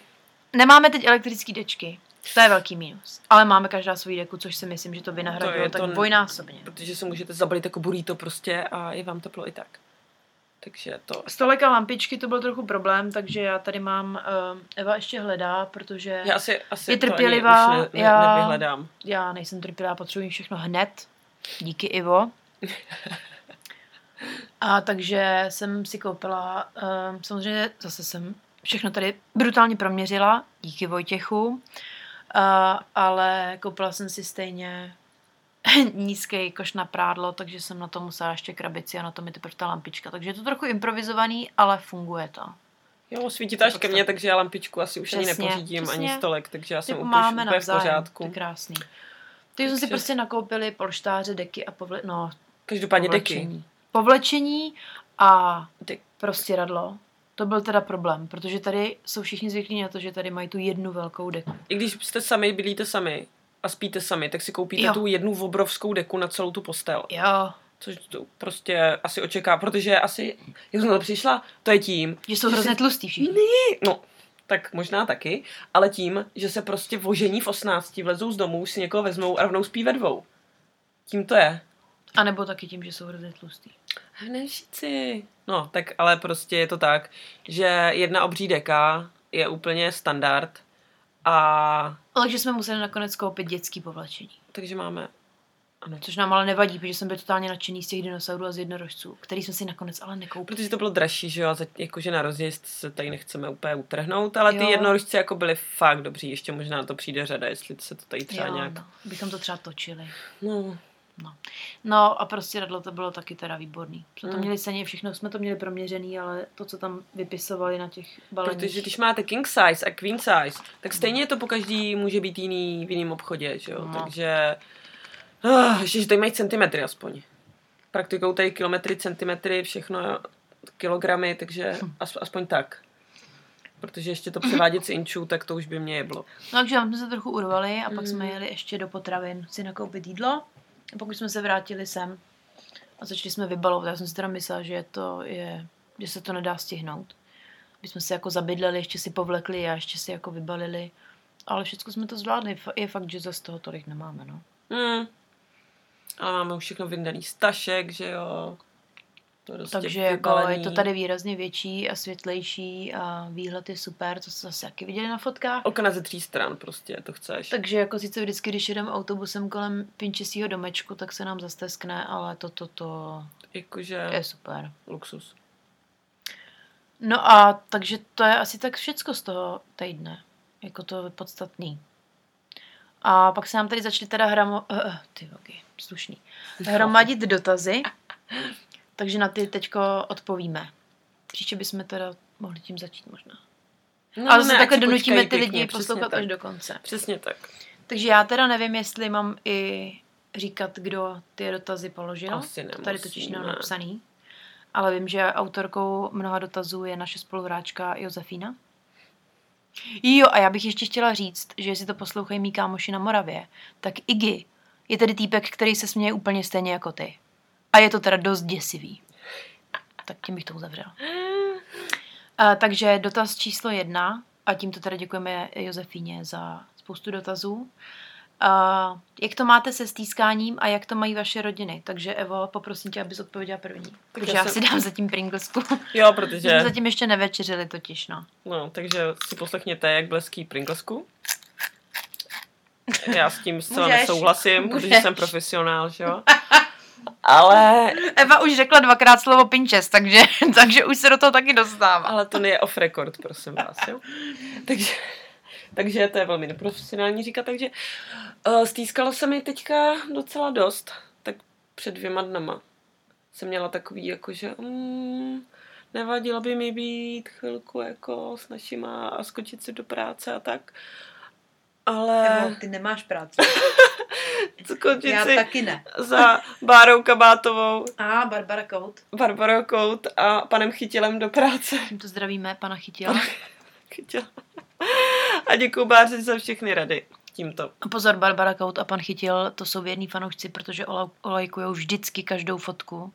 A: Nemáme teď elektrické dečky, to je velký minus. Ale máme každá svůj deku, což si myslím, že to vynahradilo
B: To je
A: tak
B: to-
A: dvojnásobně.
B: Protože se můžete zabalit jako burrito prostě a je vám teplo i tak. Takže to...
A: Stolek a lampičky to byl trochu problém, takže já tady mám, ehm, Eva ještě hledá, protože
B: Já asi, asi
A: Je
B: to ani
A: trpělivá,
B: už ne, ne,
A: já-
B: nevyhledám.
A: já nejsem trpělá, potřebuji všechno hned. Díky, Ivo. A takže jsem si koupila, um, samozřejmě zase jsem všechno tady brutálně proměřila, díky Vojtěchu, uh, ale koupila jsem si stejně nízký koš na prádlo, takže jsem na to musela ještě krabici a na to mi teprve ta lampička. Takže je to trochu improvizovaný, ale funguje to.
B: Jo, svítíte až
A: To
B: ke
A: podsta-
B: mně, takže já lampičku asi už
A: Přesně,
B: ani nepořídím, přesně.
A: přesně.
B: ani stolek, takže já jsem
A: Ty
B: úplně
A: máme
B: úplně v
A: navzájem, to je
B: pořádku.
A: krásný. Takže jsme si
B: Takže-
A: prostě nakoupili polštáře, deky a povle... No,
B: Každopádně deky.
A: Oblečení. Povlečení a
B: Ty-
A: prostě radlo. To byl teda problém, protože tady jsou všichni zvyklí na to, že tady mají tu jednu velkou deku.
B: I když jste sami, bydlíte sami a spíte sami, tak si koupíte
A: Jo.
B: tu jednu obrovskou deku na celou tu postel.
A: Jo,
B: Což to prostě asi očeká, protože asi, jak jsem na to přišla, to je tím,
A: že jsou hrozně tlustí všichni.
B: no, tak možná taky, ale tím, že se prostě vožení v 18, vlezou z domu, už si někoho vezmou a rovnou spí ve dvou. Tím to je.
A: A nebo taky tím, že jsou hrozně tlustí.
B: Ne všichni. No, tak ale prostě je to tak, že jedna obří deka je úplně standard a
A: Ale že jsme museli nakonec koupit dětský povlečení.
B: takže máme, ano,
A: Což nám ale nevadí, protože jsem byl totálně nadšený z těch dinosaurů a z jednorožců, který jsme si nakonec ale nekoupili.
B: Protože to bylo dražší, že jo, a za- jakože na rozjezd se tady nechceme úplně utrhnout, ale ty
A: Jo.
B: jednorožci jako byly fakt dobří, ještě možná na to přijde řada, jestli se to tady třeba
A: Jo,
B: jo. nějak...
A: no, bychom to třeba točili.
B: No,
A: No a prostě radlo to bylo taky teda výborný. Jsme to
B: Mm.
A: měli ceně, všechno jsme to měli proměřený, ale to, co tam vypisovali na těch baleních.
B: protože když máte king size a queen size, tak stejně to po každý může být jiný v jiném obchodě, že jo,
A: No.
B: takže... Ah, ještě, že tady mají centimetry aspoň. Praktikou tady kilometry, centimetry, všechno kilogramy, takže as, aspoň tak. Protože ještě to převádět z inčů, tak to už by mě jeblo.
A: No takže tam jsme se trochu urvali a pak
B: Mm.
A: jsme jeli ještě do potravin si nakoupit jídlo. A pokud jsme se vrátili sem a začali jsme vybalovat, já jsem si teda myslela, že, to je, že se to nedá stihnout. My jsme se jako zabydleli, ještě si povlekli a ještě si jako vybalili. Ale všechno jsme to zvládli. Fa- Je fakt, že zase toho tolik nemáme, no.
B: Hmm. A máme už všechno vyndaný z tašek, že jo. To je dost
A: Takže
B: těch
A: jako je
B: vybalený.
A: to tady výrazně větší a světlejší a výhled je super, to jste zase taky viděli na fotkách.
B: Okna ze tří stran prostě, to chceš. Tak...
A: Takže jako sice vždycky, když jedeme autobusem kolem pinčesího domečku, tak se nám zasteskne, ale toto to, to
B: Jakože
A: je super.
B: luxus.
A: No a takže to je asi tak všecko z toho týdne. Jako to je podstatný. A pak se nám tady začaly teda hramo... Uh, uh, ty vogy, slušný. Hromadit dotazy. Takže na ty teďko odpovíme. Příště bychom teda mohli tím začít možná.
B: No,
A: No, Ale zase takhle
B: ať si
A: donutíme ty
B: počkají
A: lidi
B: přesně
A: poslouchat
B: tak.
A: až do konce.
B: Přesně tak.
A: Takže já teda nevím, jestli mám i říkat, kdo ty dotazy položil.
B: Asi
A: to tady totiž
B: nemusíme.
A: nemám napsaný. Ale vím, že autorkou mnoha dotazů je naše spoluhráčka Josefína. Jo, a já bych ještě chtěla říct, že jestli to poslouchají mý kámoši na Moravě, tak Iggy je tedy týpek, který se směje úplně stejně jako ty. A je to teda dost děsivý. Tak tím bych to uzavřela. A, takže dotaz číslo jedna, a tímto teda děkujeme Josefíně za spoustu dotazů. A, jak to máte se stýskáním a jak to mají vaše rodiny? Takže Evo, poprosím tě, abys odpověděla první. Takže
B: já
A: já si
B: jsem-
A: dám zatím Pringlesku.
B: Jo,
A: Že
B: protože...
A: jsme zatím ještě nevečeřili totiž, no.
B: No, takže si poslechněte, jak bleský Pringlesku. Já s tím zcela
A: Můžeš,
B: nesouhlasím, protože
A: můžeš.
B: jsem profesionál, že jo. Ale
A: Eva už řekla dvakrát slovo pinches, takže, takže už se do toho taky dostává.
B: Ale to je off record, prosím vás, jo? Takže, takže to je velmi neprofesionální říkat, takže uh, stýskalo se mi teďka docela dost, tak před dvěma dnama jsem měla takový jako, že mm, nevadilo by mi být chvilku jako s našima a skočit si do práce a tak, ale
A: ty nemáš práci.
B: skočit si
A: taky ne.
B: za Bárou Kabátovou,
A: A Barbara Kout.
B: Barbarou Kout a panem Chytilem do práce.
A: Tímto zdravíme pana Chytila.
B: Chytila. A děkuji Báři za všechny rady. Tímto.
A: A Pozor, Barbara Kout a pan Chytil, to jsou věrní fanoušci, protože ola- olajkujou vždycky každou fotku.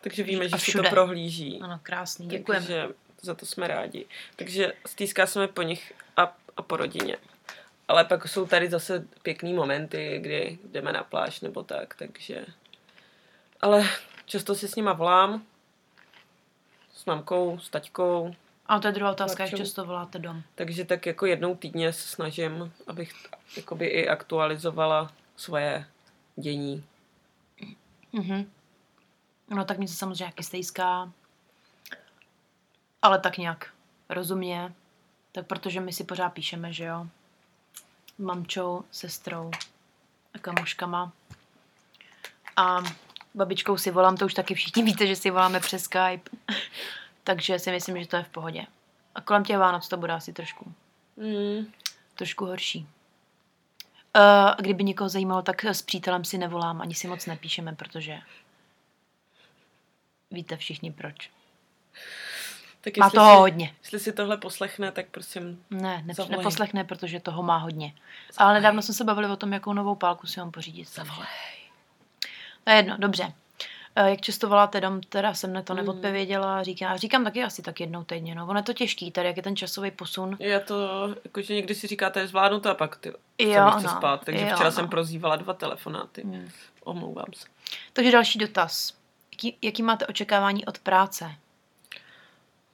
B: Takže víme,
A: A
B: že si to
A: všude.
B: prohlíží.
A: Ano, krásný, děkujeme.
B: Takže za to jsme rádi. Takže stýská se mi po nich a, a po rodině. Ale pak jsou tady zase pěkný momenty, kdy jdeme na pláž nebo tak, takže... Ale často si s nima volám. S mamkou, s taťkou.
A: A to je druhá otázka, jak
B: Chlapčů.
A: často voláte dom.
B: Takže tak jako jednou týdně se snažím, abych jakoby i aktualizovala svoje dění.
A: Mhm. No tak mě se samozřejmě nějaký stejská, ale tak nějak rozumně, tak protože my si pořád píšeme, že jo, mamčou, sestrou a kamoškama. A babičkou si volám, to už taky všichni víte, že si voláme přes Skype, takže si myslím, že to je v pohodě. A kolem těch Vánoc to bude asi trošku
B: Mm.
A: trošku horší. Eh, A kdyby někoho zajímalo, tak s přítelem si nevolám, ani si moc nepíšeme, protože Víte všichni proč.
B: Tak
A: Má
B: jestli,
A: toho
B: si,
A: hodně.
B: jestli si tohle poslechne, tak prosím,
A: Ne, ne
B: Zavolej.
A: neposlechne, protože toho má hodně. Ale nedávno jsme se bavili o tom, jakou novou pálku si on pořídit.
B: zavolej.
A: No jedno, dobře. E, Jak často voláte dom, teda jsem na to
B: Mhm.
A: neodpověděla, říká, říkám taky asi tak jednou týdně, no ono je to těžký, tady jak je ten časový posun.
B: Já to, jakože někdy si říkáte, že zvládnu to a pak ty,
A: Jo,
B: jo, chce
A: no.
B: spát. Takže
A: Jo,
B: včera
A: no.
B: jsem prozývala dva telefonáty.
A: Hmm.
B: Omlouvám se.
A: Takže další dotaz. Jaký, jaký máte očekávání od práce?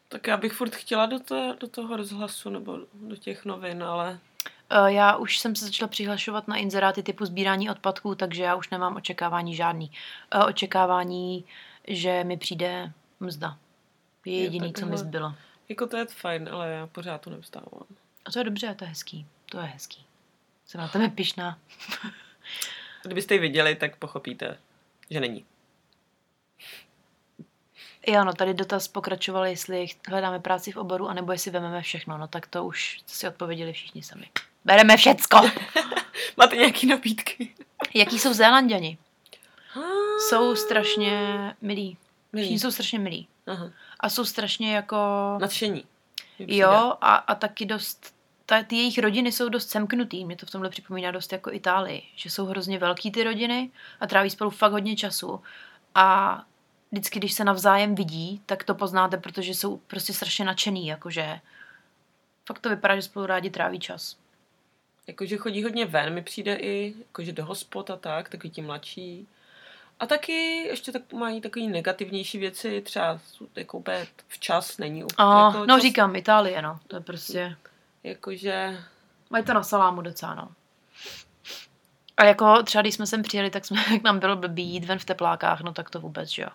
B: Tak já bych furt chtěla do, té, do toho rozhlasu nebo do těch novin, ale
A: E, Já už jsem se začala přihlašovat na inzeráty typu sbírání odpadků, takže já už nemám očekávání žádný. E, Očekávání, že mi přijde mzda. Je
B: Jo,
A: jediný, co mi
B: takhle.
A: zbylo.
B: jako to je fajn, ale já pořád to nevstávám.
A: A to je dobře, to je hezký. To je hezký. Jsem na tebe pišná.
B: Kdybyste ji viděli, tak pochopíte, že není.
A: Jo, no, tady dotaz pokračoval, jestli ch- hledáme práci v oboru, anebo jestli vememe všechno. No tak to už si odpověděli všichni sami. Bereme všecko!
B: Máte nějaký nabídky?
A: Jaký jsou Zélanděni? Jsou strašně milí. Všichni
B: Milí.
A: jsou strašně milí.
B: Aha.
A: A jsou strašně jako...
B: Nadšení. mi přijde.
A: Jo, a, a taky dost... Ta, ty jejich rodiny jsou dost semknutý. Mě to v tomhle připomíná dost jako Itálii. Že jsou hrozně velký ty rodiny a tráví spolu fakt hodně času. A vždycky, když se navzájem vidí, tak to poznáte, protože jsou prostě strašně nadšený, jakože... Fakt to vypadá, že spolu rádi tráví čas.
B: Jakože chodí hodně ven, mi přijde i jakože do hospod a tak, takový ti mladší. A taky ještě tak mají takový negativnější věci, třeba jsou jako úplně včas není úplně.
A: A,
B: jako
A: no
B: čas-
A: říkám, Itálie, no. To je prostě...
B: Jakože,
A: Mají to na salámu docela, no. A jako třeba, když jsme sem přijeli, tak jsme, jak nám bylo blbý jít ven v teplákách, no tak to vůbec, že jo.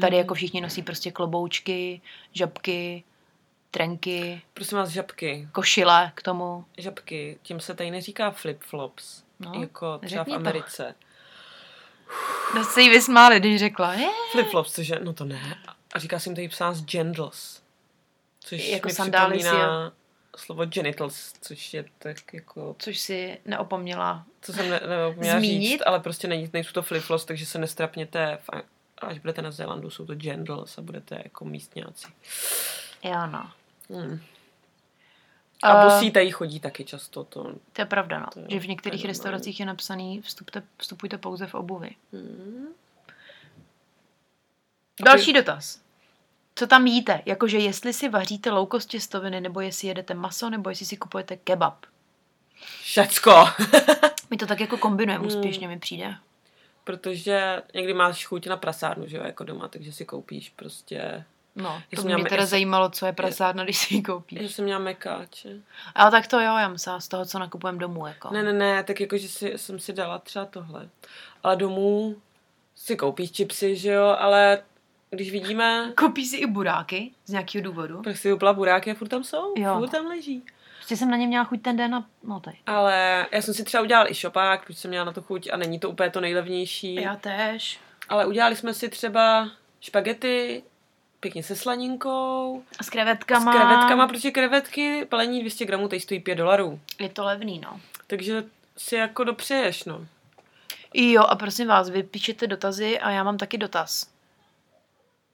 A: Tady jako všichni nosí prostě kloboučky, žabky, trenky,
B: prosím vás, žabky. košile
A: košile k tomu.
B: Žabky, tím se tady neříká flip-flops.
A: No,
B: No, jako třeba
A: řekni
B: v
A: to.
B: Americe.
A: No se jí vysmáli, když řekla, je,
B: Flip-flops, cože, no to ne. A říká se jim tady psán z gendles. Což
A: Jako
B: jako mi
A: sandály si,
B: připomíná slovo genitals, což je tak jako
A: což si neopomněla.
B: co jsem ne, ne, měla
A: Zmínit?
B: říct, ale prostě není, nejsou to flipflops, takže se nestrapněte, v, až budete na Zélandu, jsou to gendles a budete jako místňáci.
A: Jo, no.
B: Hmm. A
A: Eh,
B: bosí tady chodí taky často, to...
A: To je pravda, no.
B: To jo,
A: že
B: to
A: v
B: je
A: některých
B: normální.
A: restauracích je napsaný, vstupte, vstupujte pouze v obuvi.
B: Hmm.
A: Další dotaz. Co tam jíte? Jakože jestli si vaříte louko z těstoviny, nebo jestli jedete maso, nebo jestli si kupujete kebab.
B: Všecko!
A: My to tak jako kombinujeme
B: Mm.
A: úspěšně, mi přijde.
B: Protože někdy máš chuť na prasárnu, že jo, jako doma, takže si koupíš prostě...
A: No, to
B: Jestli
A: by mě
B: máme-
A: teda
B: jestli-
A: zajímalo, co je prasárna, když si ji koupíš.
B: Já jsem měla mekáče.
A: Ale tak to jo, já myslím, z toho, co nakupujem domů, jako.
B: Ne, ne, ne, tak jako, že si, jsem si dala třeba tohle. Ale domů si koupíš chipsy, že jo, ale když vidíme...
A: Koupí si i buráky z nějakého důvodu.
B: Pak si upla buráky a furt tam jsou,
A: Jo.
B: jo. furt tam leží.
A: Prostě jsem na ně měla chuť ten den a no tady.
B: Ale já jsem si třeba udělal i šopák, protože jsem měla na to chuť a není to úplně to nejlevnější.
A: Já tež.
B: Ale udělali jsme si třeba špagety pěkně se slaninkou,
A: A s krevetkama.
B: s krevetkama, protože krevetky palení 200 gramů, teď stojí 5 dolarů.
A: Je to levný, no.
B: Takže si jako dopřeješ, no.
A: Jo, a prosím vás, vy píšete dotazy a já mám taky dotaz.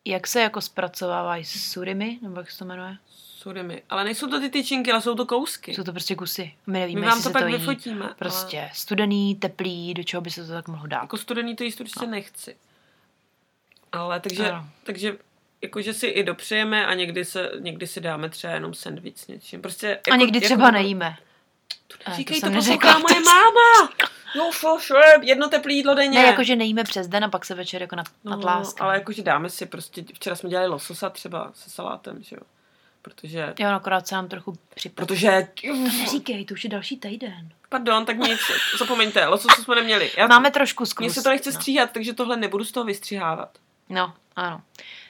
A: Jak se jako zpracovávají surimi, nebo jak se to jmenuje?
B: Sorry mi. Ale nejsou to ty tyčinky, ale jsou to kousky.
A: Jsou to prostě kusy. My nevíme,
B: My
A: jestli
B: vám
A: se
B: to pak
A: to jí.
B: vyfotíme.
A: Prostě
B: Ale
A: studený, teplý, do čeho by se to tak mohlo dát.
B: jako studený to jíst určitě
A: No.
B: nechci. Ale takže,
A: Ano.
B: takže jakože si i dopřejeme a někdy, se, někdy si dáme třeba jenom sandwich s něčím. Prostě, jako,
A: a někdy
B: jako
A: třeba nejíme.
B: To
A: Ale to
B: neříkej, to,
A: jsem
B: to
A: neřekla,
B: poslouchá moje
A: to jsem
B: máma. No, for sure, jedno teplý jídlo denně.
A: Ne, jakože nejíme přes den a pak se večer jako na,
B: no,
A: no, láska.
B: ale jakože dáme si prostě, včera jsme dělali lososa třeba se salátem, že jo. Protože,
A: Jo, no, akorát se nám trochu připadá.
B: protože,
A: Neříkej, to už je další týden.
B: pardon, tak nic, zapomeňte, lososa jsme neměli. Já,
A: Máme trošku zkus.
B: mně se to nechce
A: no.
B: stříhat, takže tohle nebudu z toho vystřihávat.
A: No, ano.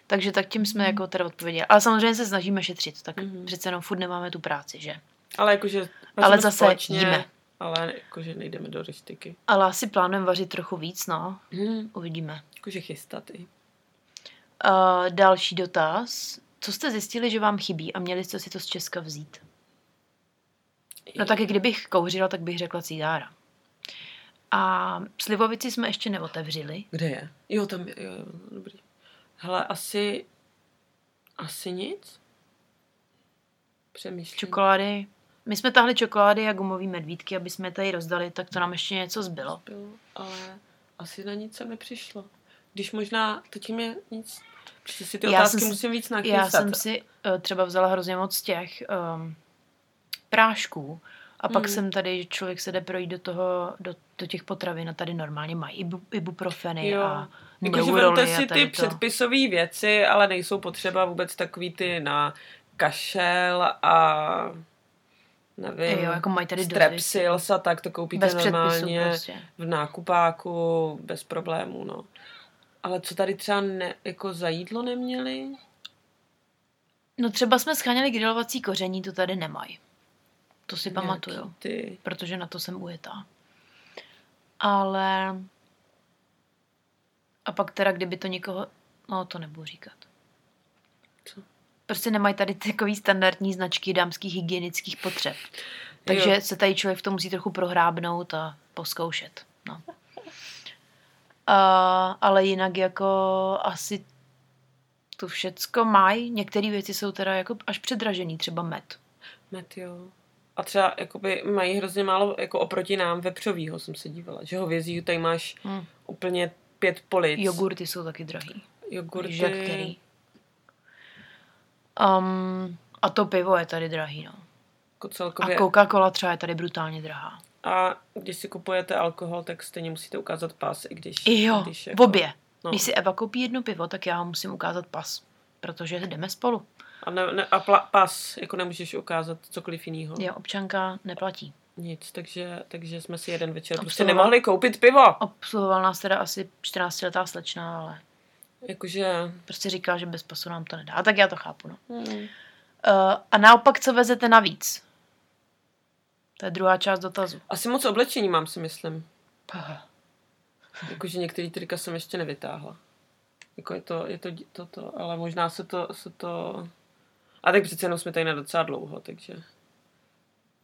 A: Takže tak tím jsme jako teda odpověděli. Ale samozřejmě se snažíme šetřit, tak
B: Mhm.
A: přece jenom furt nemáme tu práci, že?
B: Ale jakože,
A: Ale
B: vaříme
A: zase jíme.
B: Ale jakože nejdeme do ryštiky.
A: Ale asi plánujeme vařit trochu víc, no.
B: Hmm.
A: Uvidíme.
B: Jakože chystat i.
A: Uh, další dotaz. Co jste zjistili, že vám chybí a měli jste si to z Česka vzít? No taky kdybych kouřila, tak bych řekla cigára. A slivovici jsme ještě neotevřili.
B: Kde je? Jo, tam je, jo, jo, dobrý. Hele, asi... Asi nic. Přemýšlím.
A: Mm. Čokolády. My jsme tahli čokolády a gumový medvídky, aby jsme je tady rozdali, tak to nám ještě něco zbylo.
B: Bylo, ale asi na nic jsem nepřišlo. Když možná, teď mě nic... Prostě si ty
A: Já
B: otázky
A: jsem si-
B: musím víc
A: Já
B: nakrystat.
A: jsem si eh, třeba vzala hrozně moc těch um, prášků a pak
B: Mm.
A: jsem tady, že člověk se jde projít do toho, do, do těch potravin a tady normálně mají ibu, ibuprofeny
B: Jo.
A: a
B: Jakože
A: neurolny
B: Jako, vemte
A: a
B: si
A: tady
B: ty
A: to.
B: předpisové věci, ale nejsou potřeba vůbec takový ty na kašel a nevím,
A: Jo, jako mají tady dost věcí.
B: strepsils a tak, to koupíte
A: Bez předpisu
B: normálně
A: prostě.
B: v nákupáku bez problémů, no. Ale co tady třeba ne, jako za jídlo neměli?
A: No třeba jsme scháněli grilovací koření, to tady nemají. To si pamatuju,
B: Nějaký Ty.
A: protože na to jsem ujetá. Ale... A pak teda, kdyby to někoho... No, to nebudu říkat.
B: Co?
A: Prostě nemají tady takový standardní značky dámských hygienických potřeb. Takže
B: Jo.
A: jo. se tady člověk v tom musí trochu prohrábnout a poskoušet. No. A, ale jinak jako asi to všecko mají. Některé věci jsou teda jako až předražený, třeba med.
B: Met, jo. A třeba jakoby, mají hrozně málo jako oproti nám vepřovýho, jsem se dívala. Že hovězí tady máš
A: Hmm.
B: úplně pět polic.
A: Jogurty jsou taky drahý.
B: Jogurty.
A: Víš, jak který. Um, a to pivo je tady drahý, no.
B: Jako
A: A
B: celkově. A,
A: Coca-Cola třeba je tady brutálně drahá.
B: a když si kupujete alkohol, tak stejně musíte ukázat pas, i když...
A: I jo,
B: když
A: v obě.
B: No.
A: Když si Eva koupí jedno pivo, tak já musím ukázat pas. Protože jdeme spolu.
B: A, ne, ne, a pla, pas, jako nemůžeš ukázat cokoliv jiného.
A: Jo, občanka neplatí.
B: Nic, takže, takže jsme si jeden večer prostě
A: Absolvoval-
B: nemohli koupit pivo.
A: Obsluhoval nás teda asi 14-letá slečna, ale
B: Jakože...
A: prostě říkal, že bez pasu nám to nedá. A tak já to chápu, no.
B: Hmm.
A: Uh, a naopak, co vezete navíc? To je druhá část dotazu.
B: Asi moc oblečení mám, si myslím. Jakože některý trika jsem ještě nevytáhla. Jako je to, je to, dí- toto, ale možná se to, se to... A tak přece jenom jsme tady na docela dlouho, takže...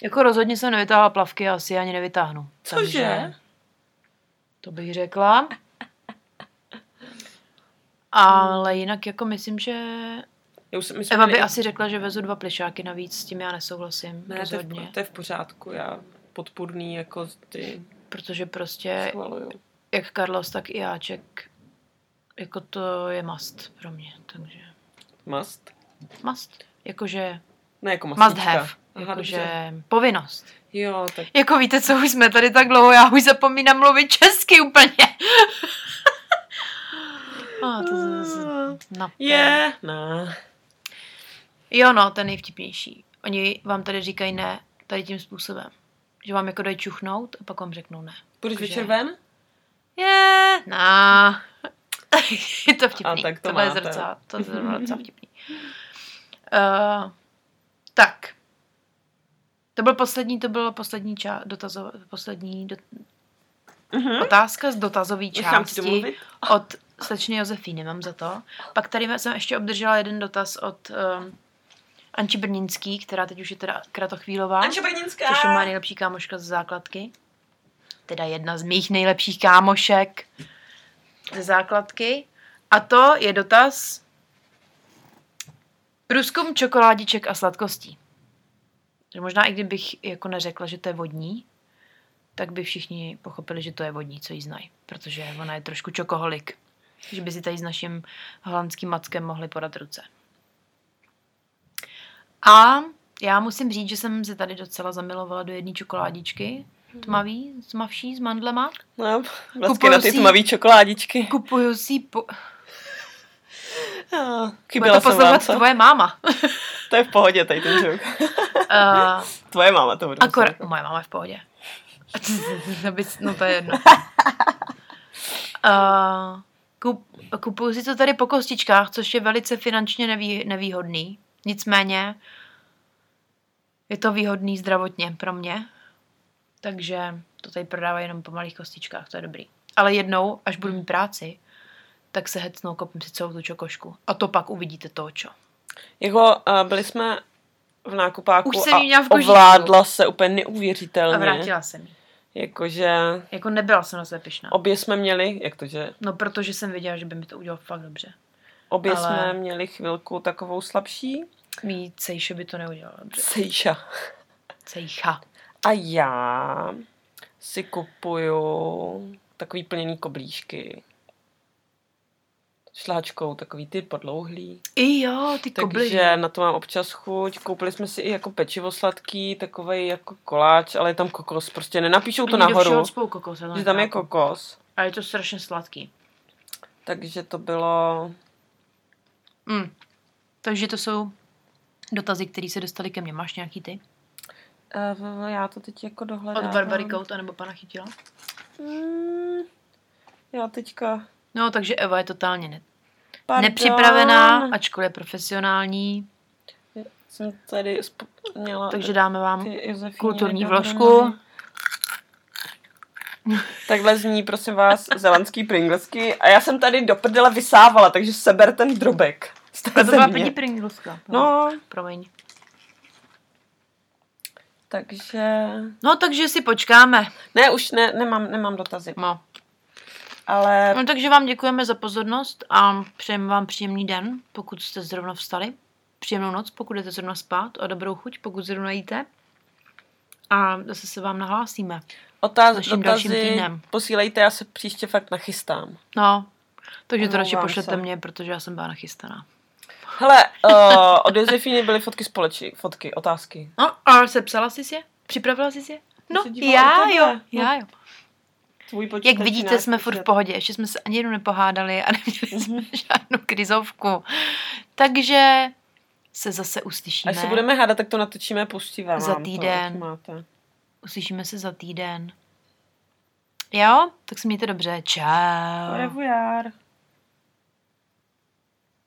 A: Jako rozhodně jsem nevytáhla plavky a asi je ani nevytáhnu.
B: Cože?
A: Takže To bych řekla. Ale jinak jako myslím, že
B: Já už, jsem- my jsme
A: Eva by
B: měli-
A: asi řekla, že vezu dva plišáky navíc, s tím já nesouhlasím
B: Ne, to je, v,
A: rozhodně,
B: po- to je v pořádku, já podpůrný jako ty
A: protože prostě
B: schvaluju.
A: jak Carlos, tak i Jáček, jako to je must pro mě, takže
B: Must?
A: must, jakože
B: Ne, jako mastička.
A: must have,
B: Aha, dobře.
A: jakože povinnost.
B: Jo, tak
A: Jako víte co, už jsme tady tak dlouho, já už zapomínám mluvit česky úplně. A to se zase na-
B: je, ne.
A: Jo no, ten nejvtipnější. Oni vám tady říkají ne, tady tím způsobem. Že vám jako dají čuchnout a pak vám řeknou ne.
B: Půjdeš
A: Jakože-
B: večer ven?
A: Je, na. je to vtipný.
B: A tak to
A: Tohle je
B: máte.
A: zrcá, to je zrovna docela vtipný. Uh, tak. To byl poslední, to bylo poslední ča- dotazo- poslední do-
B: Mhm.
A: otázka z dotazové
B: Nechám ti
A: části
B: domluvit.
A: od slečny Josefíny, mám za to. Pak tady jsem ještě obdržela jeden dotaz od um, Anči Brninský, která teď už je teda kratochvílová.
B: Anče Brninská.
A: Což je moje nejlepší kámoška ze základky. Teda jedna z mých nejlepších kámošek ze základky. A to je dotaz průzkum čokoládiček a sladkostí. Že možná i kdybych jako neřekla, že to je vodní, tak by všichni pochopili, že to je vodní, co jí znají. Protože ona je trošku čokoholik. Že by si tady s naším holandským mackem mohli podat ruce. A já musím říct, že jsem se tady docela zamilovala do jedné čokoládičky.
B: Mhm.
A: Tmavý, tmavší, s mandlema.
B: No, vlastně
A: Kupuju
B: na ty
A: si-
B: tmavý čokoládičky.
A: Kupuju si... Po...
B: Ah,
A: Bude to
B: Chyběla jsem vám,
A: poslouchat
B: co?
A: tvoje máma.
B: To je v pohodě, tady ten joke.
A: Uh,
B: Tvoje máma to bude.
A: akor... Moje máma je v pohodě. Aby- no to je jedno. Uh, kup, kupuju si to tady po kostičkách, což je velice finančně nevý, nevýhodný. Nicméně je to výhodný zdravotně pro mě. Takže to tady prodávají jenom po malých kostičkách, to je dobrý. Ale jednou, až budu mít práci, tak se hecnou, koupím si celou tu čokošku. A to pak uvidíte to, čo.
B: Jako uh, byli jsme v nákupáku
A: Už jsem jí měla v
B: a
A: kožíku.
B: ovládla se úplně
A: A
B: neuvěřitelně.
A: vrátila jsem ji.
B: Jakože
A: Jako nebyla jsem na sebe pišná.
B: obě jsme měli, jak to, že
A: No, protože jsem věděla, že by mi to udělalo fakt dobře.
B: Obě
A: Ale-
B: Ale... jsme měli chvilku takovou slabší.
A: Mí cejše by to neudělala dobře.
B: Sejša.
A: Cejcha.
B: A já si kupuju takový plněný koblížky. Šláčkou, takový ty podlouhlý.
A: I jo, ty koblihy.
B: Takže na to mám občas chuť. Koupili jsme si i jako pečivo sladký, takový jako koláč, ale je tam kokos. Prostě nenapíšou
A: Oni
B: to
A: do
B: nahoru,
A: všeho cpou kokos, ale
B: že tam je
A: nechápu.
B: kokos.
A: A je to strašně sladký.
B: Takže to bylo...
A: Mm. Takže to jsou dotazy, které se dostaly ke mně. Máš nějaký ty?
B: Uh, já to teď jako dohledám.
A: Od Barbary Kouta nebo pana Chytila?
B: Mm, já teďka...
A: No, takže Eva je totálně ne-
B: Pardon.
A: nepřipravená, ačkoliv je profesionální,
B: Jsem tady spo- měla...
A: takže dáme vám...
B: Ty, Josefíně,
A: kulturní
B: dobrou
A: vložku.
B: noc. Takhle zní, prosím vás, zelandský pringlesky. A já jsem tady do prdele vysávala, takže seber ten drobek. Z té
A: Ale to byla
B: země.
A: paní Pringluska.
B: No,
A: Promiň.
B: takže...
A: No, takže si počkáme.
B: Ne, už ne, nemám, nemám dotazy.
A: No.
B: Ale
A: no, takže vám děkujeme za pozornost a přejeme vám příjemný den, pokud jste zrovna vstali. Příjemnou noc, pokud jdete zrovna spát a dobrou chuť, pokud zrovna jíte. A zase se vám nahlásíme.
B: otáz,
A: naším dalším
B: dotazy
A: týdnem.
B: posílejte, já se příště fakt nachystám.
A: No, takže to radši
B: Omlouvám
A: pošlete
B: se.
A: mě, protože já jsem byla nachystaná.
B: Hele, uh, od Josefíny byly fotky společi, fotky, otázky.
A: No, a sepsala jsi je? Připravila jsi je? No,
B: se dívala u
A: já
B: tebe.
A: jo,
B: No,
A: já jo.
B: Tvůj počítač
A: Jak vidíte,
B: nás
A: jsme furt v
B: slyšet.
A: pohodě. Ještě jsme se ani jednou nepohádali a neměli
B: Mhm.
A: jsme žádnou krizovku. Takže se zase uslyšíme.
B: Až se budeme hádat, tak to natočíme, pustí vám.
A: Za
B: to,
A: týden.
B: ať máte.
A: Uslyšíme se za týden. Jo? Tak se mějte dobře. Čau.
B: No. Revujar.